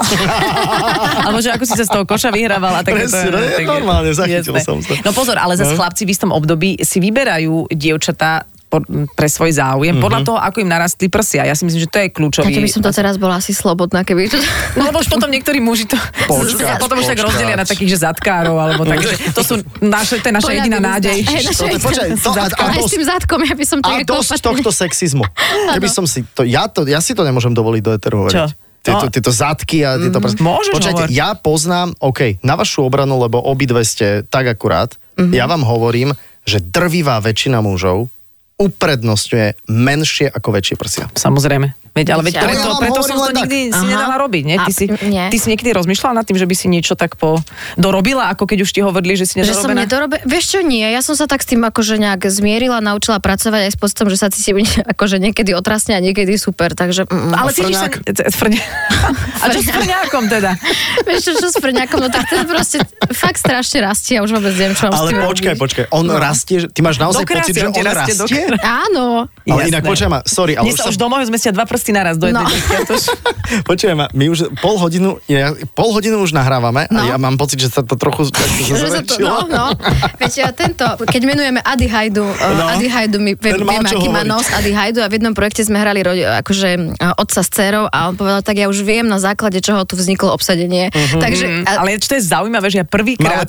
D: [laughs] Alebo že ako si sa z toho koša vyhrávala. Tak
A: Presne, no, je normálne, zachytil som sa.
D: No pozor, ale zase
A: No.
D: chlapci v istom období si vyberajú dievčatá po- pre svoj záujem, podľa
A: Mhm.
D: toho, ako im narastli prsia. Ja si myslím, že to je kľúčový.
C: Keby som to teraz bola asi slobodná, keby...
D: No lebo už
C: [laughs]
D: potom niektorí muži to
A: Počkať,
D: potom už tak
A: počkať.
D: rozdelia na takých, že zatkárov, alebo tak, že to sú naše, to je naša
C: Poľadný
D: jediná
C: znak.
D: nádej.
C: Hej, naša
A: To- to- počkaj,
C: jediná-
A: to- a- a
C: Aj s
A: dosť-
C: tým zadkom, ja by som to
A: A
C: nejako
A: dosť
C: opatrne-
A: tohto sexizmu. Keby som si to, ja, to, ja si to nemôžem dovoliť do eteru hovoriť.
D: Čo?
A: Tieto,
D: No.
A: tieto zadky a tieto prsty.
D: Môžeš
A: Počkajte,
D: hovoriť.
A: ja poznám, OK, na vašu obranu, lebo obidve ste tak akurát,
D: Mhm.
A: ja vám hovorím, že drvivá väčšina mužov uprednostňuje menšie ako väčšie prsia.
D: Samozrejme. Veď, ale veď
C: Ale
A: ja
D: preto,
A: vám
D: preto
A: hovorím
D: som to
A: len tak.
D: nikdy si
C: Aha.
D: nedala robiť. Nie? Ty,
C: A-
D: si,
C: nie.
D: ty si niekedy rozmýšľala nad tým, že by si niečo tak po... dorobila, ako keď už ti hovorili, že si
C: Že som
D: nedorobená?
C: nedorobe... Vieš čo, nie, ja som sa tak s tým akože nejak zmierila, naučila pracovať aj s pocitom, že sa cítim [laughs] akože niekedy otrasne a niekedy super, takže... Mm,
D: Ale
A: A
D: cítiš [laughs] sa...
A: frňák?
D: C- Frňa... A čo s frňákom teda?
C: Vieš čo, čo s frňakom, no tak ten proste fakt strašne rastie a už vôbec neviem, čo mám s
A: Ale
C: tým
A: počkaj,
C: robiť.
A: počkaj, on rastie, že- ty máš naozaj
D: No, Do krásy,
A: pocit, že
D: on ti
A: on
D: rastie do
A: [laughs] rastie?
D: krásy.
C: Áno.
A: Ale
D: Jasné.
A: inak počujem ma, sorry, ale
D: Dnes
A: už
D: sa
A: sa-
D: už domov zmestia dva prsty naraz do jednej.
C: No.
D: detičky, to už-
A: [laughs] Počujem ma, my už pol hodinu, ja, pol hodinu už nahrávame a
C: No.
A: ja mám pocit, že sa to trochu tak
D: [laughs]
C: Že sa to,
A: zväčšilo.
C: no, no. Viete, a tento, keď menujeme Adi Hajdu, no, Adi Hajdu, my vie-
A: ten má
C: vieme,
A: čo
C: aký má
A: hovoriť.
C: nos Adi Hajdu a v jednom projekte sme hrali rodi, akože e, otca s dcerou a on povedal, tak ja už viem na základe čoho tu vzniklo obsadenie.
A: Mhm.
C: Takže, a,
D: Mhm. Ale čo je zaujímavé, že ja prvýkrát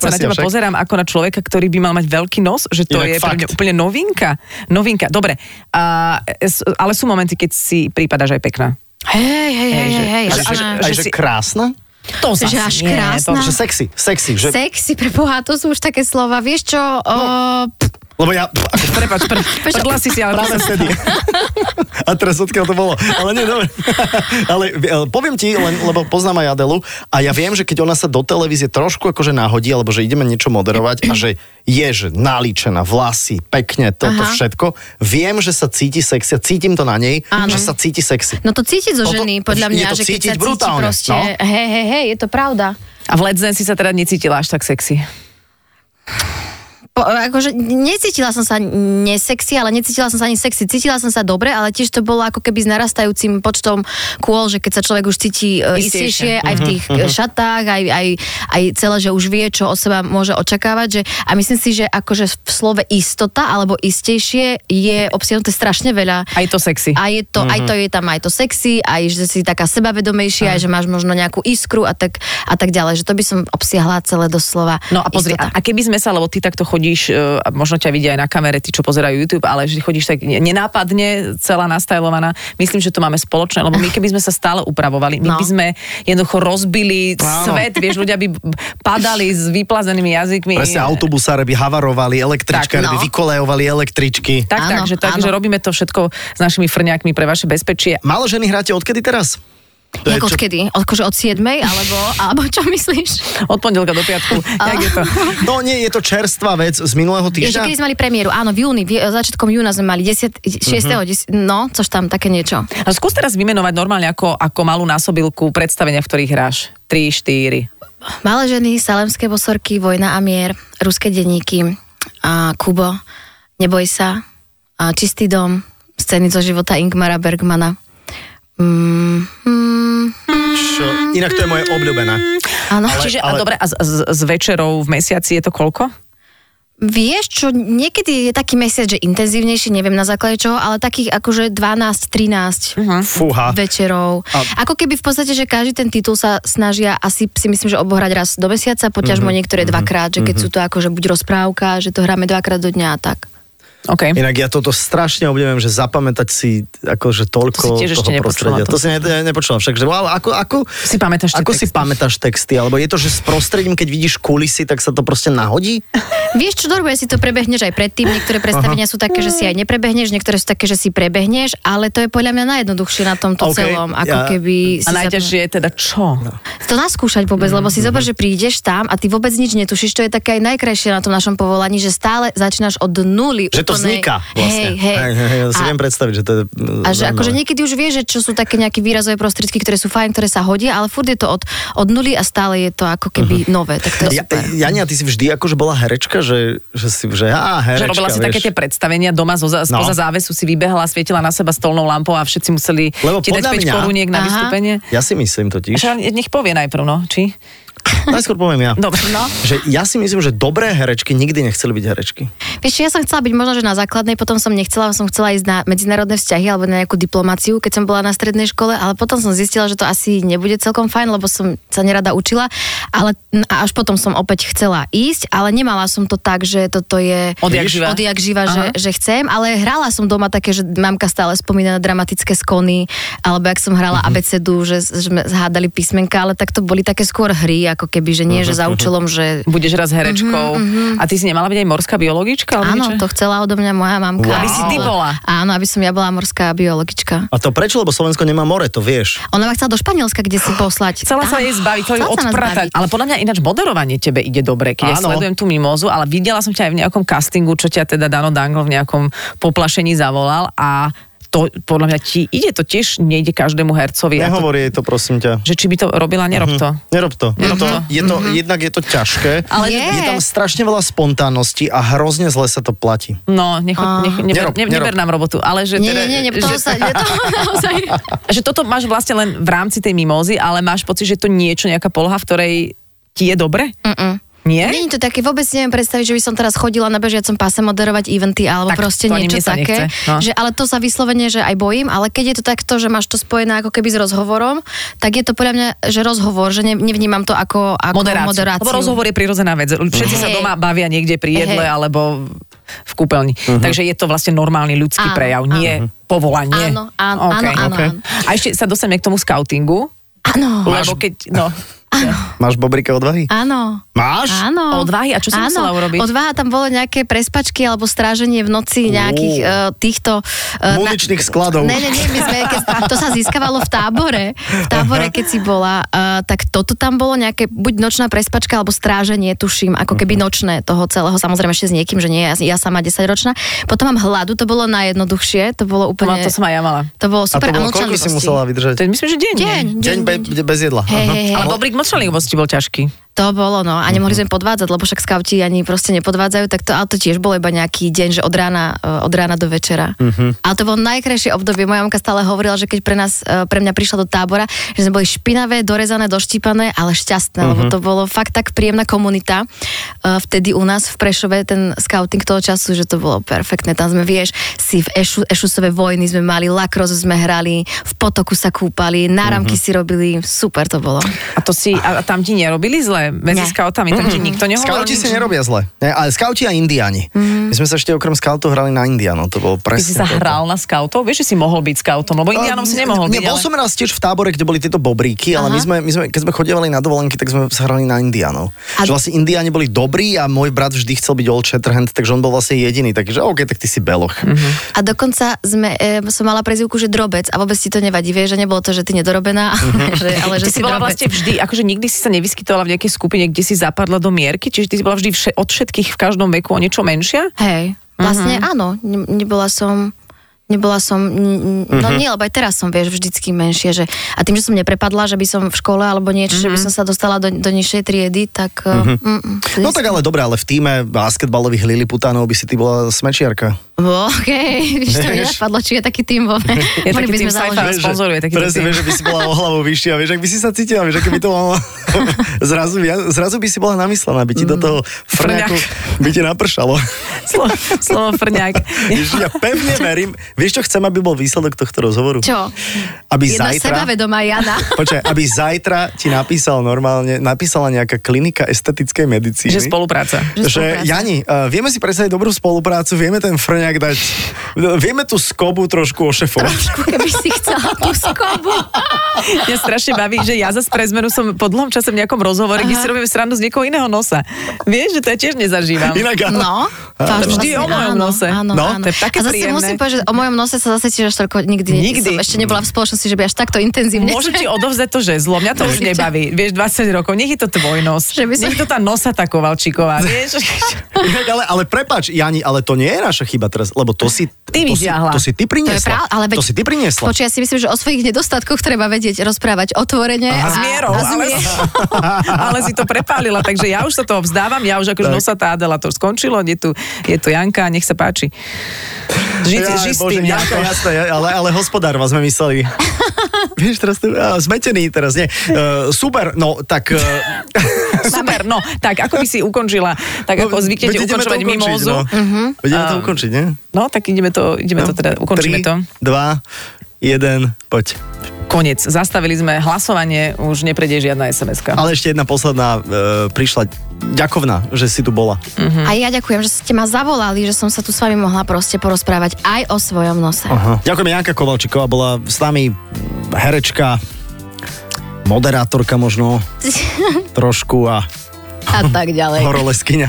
A: Malé
D: sa na
A: prsia
D: teba
A: však.
D: pozerám ako na človeka, ktorý by mal mať veľký nos, že to
A: Inak
D: je pre
A: fakt.
D: mňa úplne novinka. Novinka, dobre. A, s- ale sú momenty, keď si prípadaš aj pekná.
C: hej, hej, hej, hej, hej.
A: Že, že,
C: jasné.
A: aj
D: že
A: že
D: si-
A: krásna?
D: To
C: Že až krásna.
A: Že sexy, sexy. Že,
C: Sexy, preboha, to sú už také slova. Vieš čo, o,
A: No.
C: pff,
A: lebo ja... [laughs] pff, ako-
D: Prepač,
C: [laughs]
D: pr- prdla si si, ale
A: Práve vtedy. A teraz odkiaľ to bolo. Ale nie, dobre. [laughs] Ale ale poviem ti, len, lebo poznám aj Adelu a ja viem, že keď ona sa do televízie trošku akože náhodí, alebo že ideme niečo moderovať a že je, že nalíčená, vlasy, pekne, toto
C: Aha.
A: všetko, viem, že sa cíti sexy a cítim to na nej,
C: Áno.
A: že sa cíti sexy.
C: no to cítiť zo
A: Toto-
C: ženy, podľa
A: je
C: mňa,
A: to
C: že keď
A: cítiť
C: sa cíti
A: brutálne,
C: proste,
A: no.
C: hej, hej, hej, je to pravda.
D: A v Ledzen si sa teda necítila až tak sexy.
C: Po, akože necítila som sa nesexy, ale necítila som sa ani sexy. Cítila som sa dobre, ale tiež to bolo ako keby s narastajúcim počtom kôl, že keď sa človek už cíti e,
D: Istejšie. Mhm,
C: istejšie aj v tých e, šatách, aj, aj, aj celé, že už vie, čo od seba môže očakávať. Že, a myslím si, že akože v slove istota alebo istejšie je obsiahnuté strašne veľa.
D: Aj Mhm. to sexy.
C: A je to, mm-hmm. aj to je tam, aj to sexy, aj že si taká sebavedomejšia, aj že máš možno nejakú iskru a tak, a tak ďalej. Že to by som obsiahla celé doslova.
D: No a pozri, a,
C: istota.
D: a keby sme sa, lebo ty takto chodíš, e, a možno ťa vidia aj na kamere, ty čo pozerajú YouTube, ale že chodíš tak ne- nenápadne, celá nastajlovaná, myslím, že to máme spoločné, lebo my keby sme sa stále upravovali, my
C: No.
D: by sme jednoducho rozbili
A: Áno.
D: svet, vieš, ľudia by b- padali s vyplazenými jazykmi.
A: Presne autobusáre by havarovali, električkáre
C: Tak,
A: by
C: no.
A: vykolejovali električky.
D: Tak, tak,
C: Áno,
D: že, tak
C: áno.
D: že robíme to všetko s našimi frňákmi pre vaše bezpečie.
A: Málo ženy hráte odkedy teraz? To je
C: Jak
A: čo-
C: odkedy? Akože od 7. alebo,
A: [laughs]
C: alebo čo myslíš?
D: Od pondelka do
C: [laughs]
D: piatku. Jak je to?
A: No nie, je to čerstvá vec z minulého
C: Ešte
A: týždňa.
C: kedy sme mali premiéru, áno, v júni, v, začiatkom júna sme mali 10, 6.
A: Mhm.
C: Mm-hmm. 10, no, což tam také niečo.
D: A skús teraz vymenovať normálne ako, ako malú násobilku predstavenia, v ktorých hráš. 3, 4.
C: Malé ženy, salemské bosorky, vojna a mier, ruské denníky, a Kubo, neboj sa, a čistý dom, scény zo života Ingmara Bergmana. Mm, mm,
A: Čo? Inak to je moje obľúbená.
C: áno,
D: Čiže, ale... a dobre, a z, z, z večerov v mesiaci je to koľko?
C: Vieš čo, niekedy je taký mesiac, že intenzívnejší, neviem na základe čoho, ale takých akože 12-13 uh-huh.
A: Fúha.
C: večerov.
A: A-
C: A... Ako keby v podstate, že každý ten titul sa snažia asi si myslím, že obohrať raz do mesiaca,
A: Mhm.
C: poťažmo uh-huh. niektoré uh-huh. dvakrát, že keď uh-huh. sú to akože buď rozprávka, že to hráme dvakrát do dňa a tak.
D: OK.
A: Inak ja toto strašne obdivujem, že zapamätať si akože toľko
D: To si tiež
A: toho
D: ešte nepočula,
A: prostredia. To,
D: to-
A: si ne, ne, nepočula však, že wow, ako, ako,
D: Si pamätáš tie
A: ako si
D: texty?
A: pamätáš texty, alebo je to, že s prostredím, keď vidíš kulisy, tak sa to proste nahodí?
C: Vieš čo, dobre, si to prebehneš aj predtým, niektoré predstavenia Aha. sú také, že si aj neprebehneš, niektoré sú také, že si prebehneš, ale to je podľa mňa najjednoduchšie na tomto
A: OK,
C: celom, ako
A: ja-
C: keby...
D: A
C: si
D: najťažšie je teda čo?
A: No,
C: to naskúšať vôbec, lebo
A: Mhm.
C: si zober, že prídeš tam a ty vôbec nič netušíš, to je také aj najkrajšie na tom našom povolaní, že stále začínaš od nuly.
A: Že to
C: úplnej-
A: vzniká vlastne.
C: Hej, hej.
A: Hej, hej, ja si
C: A-
A: viem predstaviť, že to je mm,
C: a že
A: zaujímavé.
C: akože niekedy už vieš, že čo sú také nejaké výrazové prostriedky, ktoré sú fajn, ktoré sa hodia, ale furt je to od, od nuly a stále je to ako keby nové. Tak to je
A: Ja,
C: super.
A: Jania, ty si vždy akože bola herečka, že, že si, že á, herečka,
D: Že robila si
A: vieš.
D: také tie predstavenia doma, zo, za-
A: No.
D: spoza závesu si vybehla, svietila na seba stolnou lampou a všetci museli
A: Lebo
D: ti dať
A: podľa
D: 5
A: mňa-
D: koruniek na
C: Aha.
D: vystúpenie.
A: Ja si myslím totiž,
D: Až, nech povie najprv, no, či?
A: najskôr poviem ja,
D: Dobre, no.
A: že ja si myslím, že dobré herečky nikdy nechceli byť herečky.
C: Vieš, čo, ja som chcela byť možno, že na základnej, potom som nechcela, som chcela ísť na medzinárodné vzťahy alebo na nejakú diplomáciu, keď som bola na strednej škole, ale potom som zistila, že to asi nebude celkom fajn, lebo som sa nerada učila, ale a až potom som opäť chcela ísť, ale nemala som to tak, že toto je
D: Odjak živa.
C: odjak živa že,
D: Aha.
C: že chcem, ale hrala som doma také, že mamka stále spomína na dramatické skony, alebo ak som hrala
D: Mhm.
C: abecedu, že, že sme hádali písmenka, ale tak to boli také skôr hry, ako keby, že nie, že
D: Mhm,
C: za účelom, že
D: Budeš raz herečkou. A ty si nemala byť aj morská biologička? alebo
C: Mhm, Áno,
D: niečo?
C: to chcela odo mňa moja mamka.
A: Wow.
D: Aby si ty bola.
C: Áno, aby som ja bola morská biologička.
A: A to prečo? Lebo Slovensko nemá more, to vieš.
C: Ona ma chcela do Španielska, kde si poslať.
D: Chcela sa
C: Tam.
D: jej zbaviť, to ju
C: Chcela sa nás
D: odpratať.
C: zbaviť.
D: Ale podľa mňa ináč moderovanie tebe ide dobre, keď ja
A: Áno.
D: sledujem tú mimózu, ale videla som ťa aj v nejakom castingu, čo ťa teda Dano Dangle v nejakom poplašení zavolal a to podľa mňa ti ide, to tiež nejde každému hercovi. A to,
A: Nehovor Mhm. jej to, prosím ťa.
D: že či by to robila, nerob to.
A: Nerob to. Je to, je to jednak je to ťažké,
C: Ale
A: je.
C: je.
A: tam strašne veľa spontánnosti a hrozne zle sa to platí.
D: No, necho, nech, neber,
A: Nerob,
D: ne, neber
A: nerob.
D: nám robotu, ale že...
C: Nie,
D: teda-
C: nie, nie, nie, toho
D: že,
C: sa, je to naozaj...
D: [laughs] že toto máš vlastne len v rámci tej mimózy, ale máš pocit, že to niečo, nejaká poloha, v ktorej ti je dobre?
C: Mm-mm.
D: Nie?
C: Není to také, vôbec si neviem predstaviť, že by som teraz chodila na bežiacom páse moderovať eventy alebo
D: Tak,
C: proste
D: to ani
C: niečo
D: mne sa
C: také.
D: nechce, no.
C: Že, ale to sa vyslovene, že aj bojím, ale keď je to takto, že máš to spojené ako keby s rozhovorom, tak je to podľa mňa, že rozhovor, že ne, nevnímam to ako, ako
D: Moderáciu.
C: moderáciu.
D: Lebo rozhovor je prirodzená vec.
A: Mhm.
D: Všetci sa
C: Hej.
D: doma bavia niekde pri jedle
C: Hej.
D: alebo v kúpeľni.
A: Mhm.
D: Takže je to vlastne normálny ľudský
C: Áno,
D: prejav,
C: áno.
D: nie povolanie.
C: Áno, áno,
D: Ok.
C: áno, áno,
A: ok.
C: áno.
D: A ešte sa dostaneme k tomu scoutingu,
C: Áno,
D: lebo keď, no,
A: Máš bobrika odvahy?
C: áno.
A: Máš?
C: Áno. e,
D: Odvahy? A čo si
C: Áno.
D: musela urobiť?
C: Odvaha, tam bolo nejaké prespačky alebo stráženie v noci nejakých
A: Ó.
C: uh, týchto... eh,
A: Muničných skladov.
C: Ne, ne, ne, my sme, keď, to sa získavalo v tábore. V tábore, keď si bola, uh, tak toto tam bolo nejaké, buď nočná prespačka, alebo stráženie, tuším, ako
D: Mhm.
C: keby nočné toho celého, samozrejme ešte s niekým, že nie, ja, ja sama 10 ročná. Potom mám hladu, to bolo najjednoduchšie, to
D: No, to,
C: bolo úplne...
D: to som aj ja mala.
C: to
A: A
C: bolo
A: to
C: no, super.
A: bolo, koľko si
C: mlčanlivosti.
A: musela
D: To
A: vydržať?
D: je, myslím, že deň.
C: Deň,
D: nie?
A: Deň be, bez jedla.
C: Hej,
A: Aha.
C: hej, hej.
D: Ale Bobrik mlčanlivosti bol ťažký.
C: To bolo, no. A nemohli sme podvádzať, lebo však skauti ani proste nepodvádzajú, tak to, ale to tiež bolo iba nejaký deň, že od rána, eh, od rána do večera. Ale to bolo najkrajšie obdobie. Moja mamka stále hovorila, že keď pre nás, eh, pre mňa prišla do tábora, že sme boli špinavé, dorezané, doštípané, ale šťastné, lebo to bolo fakt tak príjemná komunita. Eh, Vtedy u nás v Prešove ten scouting toho času, že to bolo perfektné. Tam sme, vieš, si v Ešu, Ešusové vojny sme mali, lakros sme hrali, v potoku sa kúpali, náramky si robili, super to bolo.
D: A to si, a a tam ti nerobili zle? Medzi
C: Ne.
D: skautami, tam ti nikto nehovoril
A: Skauti
D: nič?
A: Mhm. si nerobia zle. Ne, ale skauti a indiáni. My sme sa ešte okrem skautov hrali na indiánov. To bolo
D: Ty
A: presne
D: si sa
A: toto.
D: hral na skautov? Vieš, že si mohol byť skautom, lebo indiánom si nemohol byť.
A: Ne, bol
D: ale-
A: som raz tiež v tábore, kde boli tieto bobríky, ale my sme, my sme, keď sme chodevali na dovolenky, tak sme sa hrali na indiánov. A...
C: A-
A: Že vlastne indiáni boli dobrí a môj brat vždy chcel byť old shatterhand, takže on bol vlastne jediný taký, že OK, tak ty si beloch.
D: Mhm.
C: A dokonca sme, e, som mala prezivku, že drobec a vôbec ti to nevadí, vieš, že nebolo to, že ty [laughs] nedorobená, ale že, ale, že
D: Ty si bola
C: drobec.
D: vlastne vždy, akože nikdy si sa nevyskytovala v nejakej skupine, kde si zapadla do mierky, čiže ty si bola vždy vše, od všetkých v každom veku o niečo menšia.
C: Hej, vlastne áno, ne, nebola som nebola som, n- n- no nie, lebo aj teraz som, vieš, vždycky menšie, že a tým, že som neprepadla, že by som v škole alebo niečo, že by som sa dostala do, do nižšej triedy, tak... Mm-hmm.
A: No tak ale dobre, ale v týme basketbalových Liliputanov by si ty bola smečiarka.
C: OK, [laughs] vieš, to mi
A: Vieš?
C: napadlo, či je taký tým vo
D: Je
C: [laughs]
D: taký tým sci-fi. Vieš, že- sponzoruje takýto
A: presne,
D: tým.
A: vieš, že by si bola o hlavu vyššia, vieš, ak by si sa cítila, vieš, aké by to malo. [laughs] zrazu, ja, zrazu by si bola namyslená, by ti
D: Mm.
A: do toho frňaku by ti napršalo.
D: Slovo, slovo frňák.
A: [laughs] Ježiš, ja pevne verím. Vieš, čo chcem, aby bol výsledok tohto rozhoveru?
C: Čo?
A: Aby
C: Jedna
A: zajtra...
C: sebavedomá
A: [laughs]
C: Jana. [laughs]
A: Počkaj, aby zajtra ti napísal normálne, napísala nejaká klinika estetickej medicíny.
D: Že spolupráca.
C: Že
A: Že
C: spolupráca.
A: Jani, uh, vieme si predstaviť dobrú spoluprácu, vieme ten frňák dať, vieme tú skobu trošku ošefovať.
C: Trošku, keby si chcela tú skobu.
D: Mňa strašne baví, že ja zase pre zmenu som po dlhom čase v nejakom rozhovore, kde si robím srandu z niekoho iného nosa. Vieš, že to ja tiež nezažívam.
A: [laughs] Inak, Eh, áno.
C: No,
A: Áno.
C: až
D: Vždy o mojom
C: áno,
D: nose.
C: Áno,
A: No,
C: áno.
D: to je také
C: a zase
D: príjemné.
C: musím povedať, že o mojom nose sa zase tiež až toľko nikdy,
D: Nikdy.
C: som ešte nebola v spoločnosti, že by až takto intenzívne. [laughs]
D: Môžem ti odovzdať to žezlo, mňa to už
C: Určite.
D: nebaví. Vieš, 20 rokov, nech je to tvoj nos.
C: Že by som-
D: Nech to tá nosa taková Kovalčíková, vieš.
A: Inak, ale, ale prepač, Jani, ale to nie je naša chyba teraz, lebo to si
D: Ty
A: to, si,
D: vyťahla.
A: to si ty
C: to je
A: priniesla.
C: prav, ale veď,
A: to si ty priniesla.
C: Počuj, ja si myslím, že o svojich nedostatkoch treba vedieť rozprávať otvorene.
D: A s mierou,
C: a s
D: ale,
C: mierou.
D: [laughs] ale si to prepálila, takže ja už sa toho vzdávam, ja už akože
A: Tak.
D: nosa tá Adela, to už skončilo, je tu, je tu Janka, nech sa páči. Ži, ja, ži s
A: Bože,
D: tým,
A: Janko,
D: Janko.
A: jasné, ja- ale, ale hospodárva sme
D: [laughs]
A: mysleli. Vieš, teraz to, á, zmetený teraz, nie. Uh, super, no tak... Uh,
D: Super, no, tak ako by si ukončila, [laughs] tak ako zvyknete ukončovať mimózu.
A: No. Uh-huh. Ideme to ukončiť, nie? No.
D: No, tak ideme to, ideme to teda, ukončíme
A: Tri,
D: to.
A: dva, jeden, poď.
D: Konec, zastavili sme hlasovanie, už neprejde žiadna SMS-ka.
A: Ale ešte jedna posledná e, prišla. Ďakovná, že si tu bola.
D: Mhm.
C: A ja ďakujem, že ste ma zavolali, že som sa tu s vami mohla proste porozprávať aj o svojom nose.
D: Oh.
A: Aha. Ďakujeme Janka Kovalčíková, bola s nami herečka, moderátorka možno trošku a
C: [laughs] A tak ďalej.
A: horoleskyňa.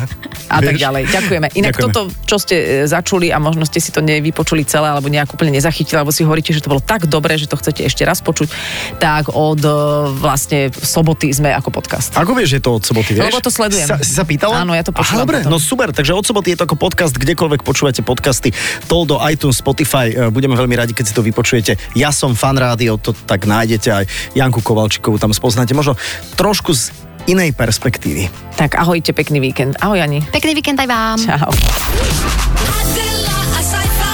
D: a tak
A: Vieš?
D: ďalej. Ďakujeme. Inak
A: Ďakujeme.
D: Ďakujeme. toto, čo ste e, začuli a možno ste si to nevypočuli celé alebo nejak úplne nezachytili, alebo si hovoríte, že to bolo tak dobré, že to chcete ešte raz počuť, tak od e, vlastne soboty sme ako podcast.
A: Ako vieš, je to od soboty, vieš?
D: Lebo to sledujem.
A: Sa, si sa pýtala?
D: Áno, ja to
A: Aha,
D: počúvam
A: dobre,
D: potom.
A: no super, takže od soboty je to ako podcast, kdekoľvek počúvate podcasty, Toldo, iTunes, Spotify, e, budeme veľmi radi, keď si to vypočujete. Ja som fan rádio, to tak nájdete aj Janku Kovalčíkovú, tam spoznáte možno trošku z inej perspektívy.
D: Tak ahojte, pekný víkend. Ahoj Ani.
C: Pekný víkend aj vám.
D: Čau.
E: Adela, a saiba.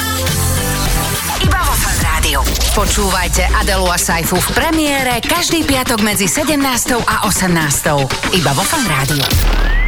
B: Iba vo Fan Rádiu. Počúvajte Adelu a Saifu v premiére každý piatok medzi 17. a 18. Iba vo Fan Rádiu.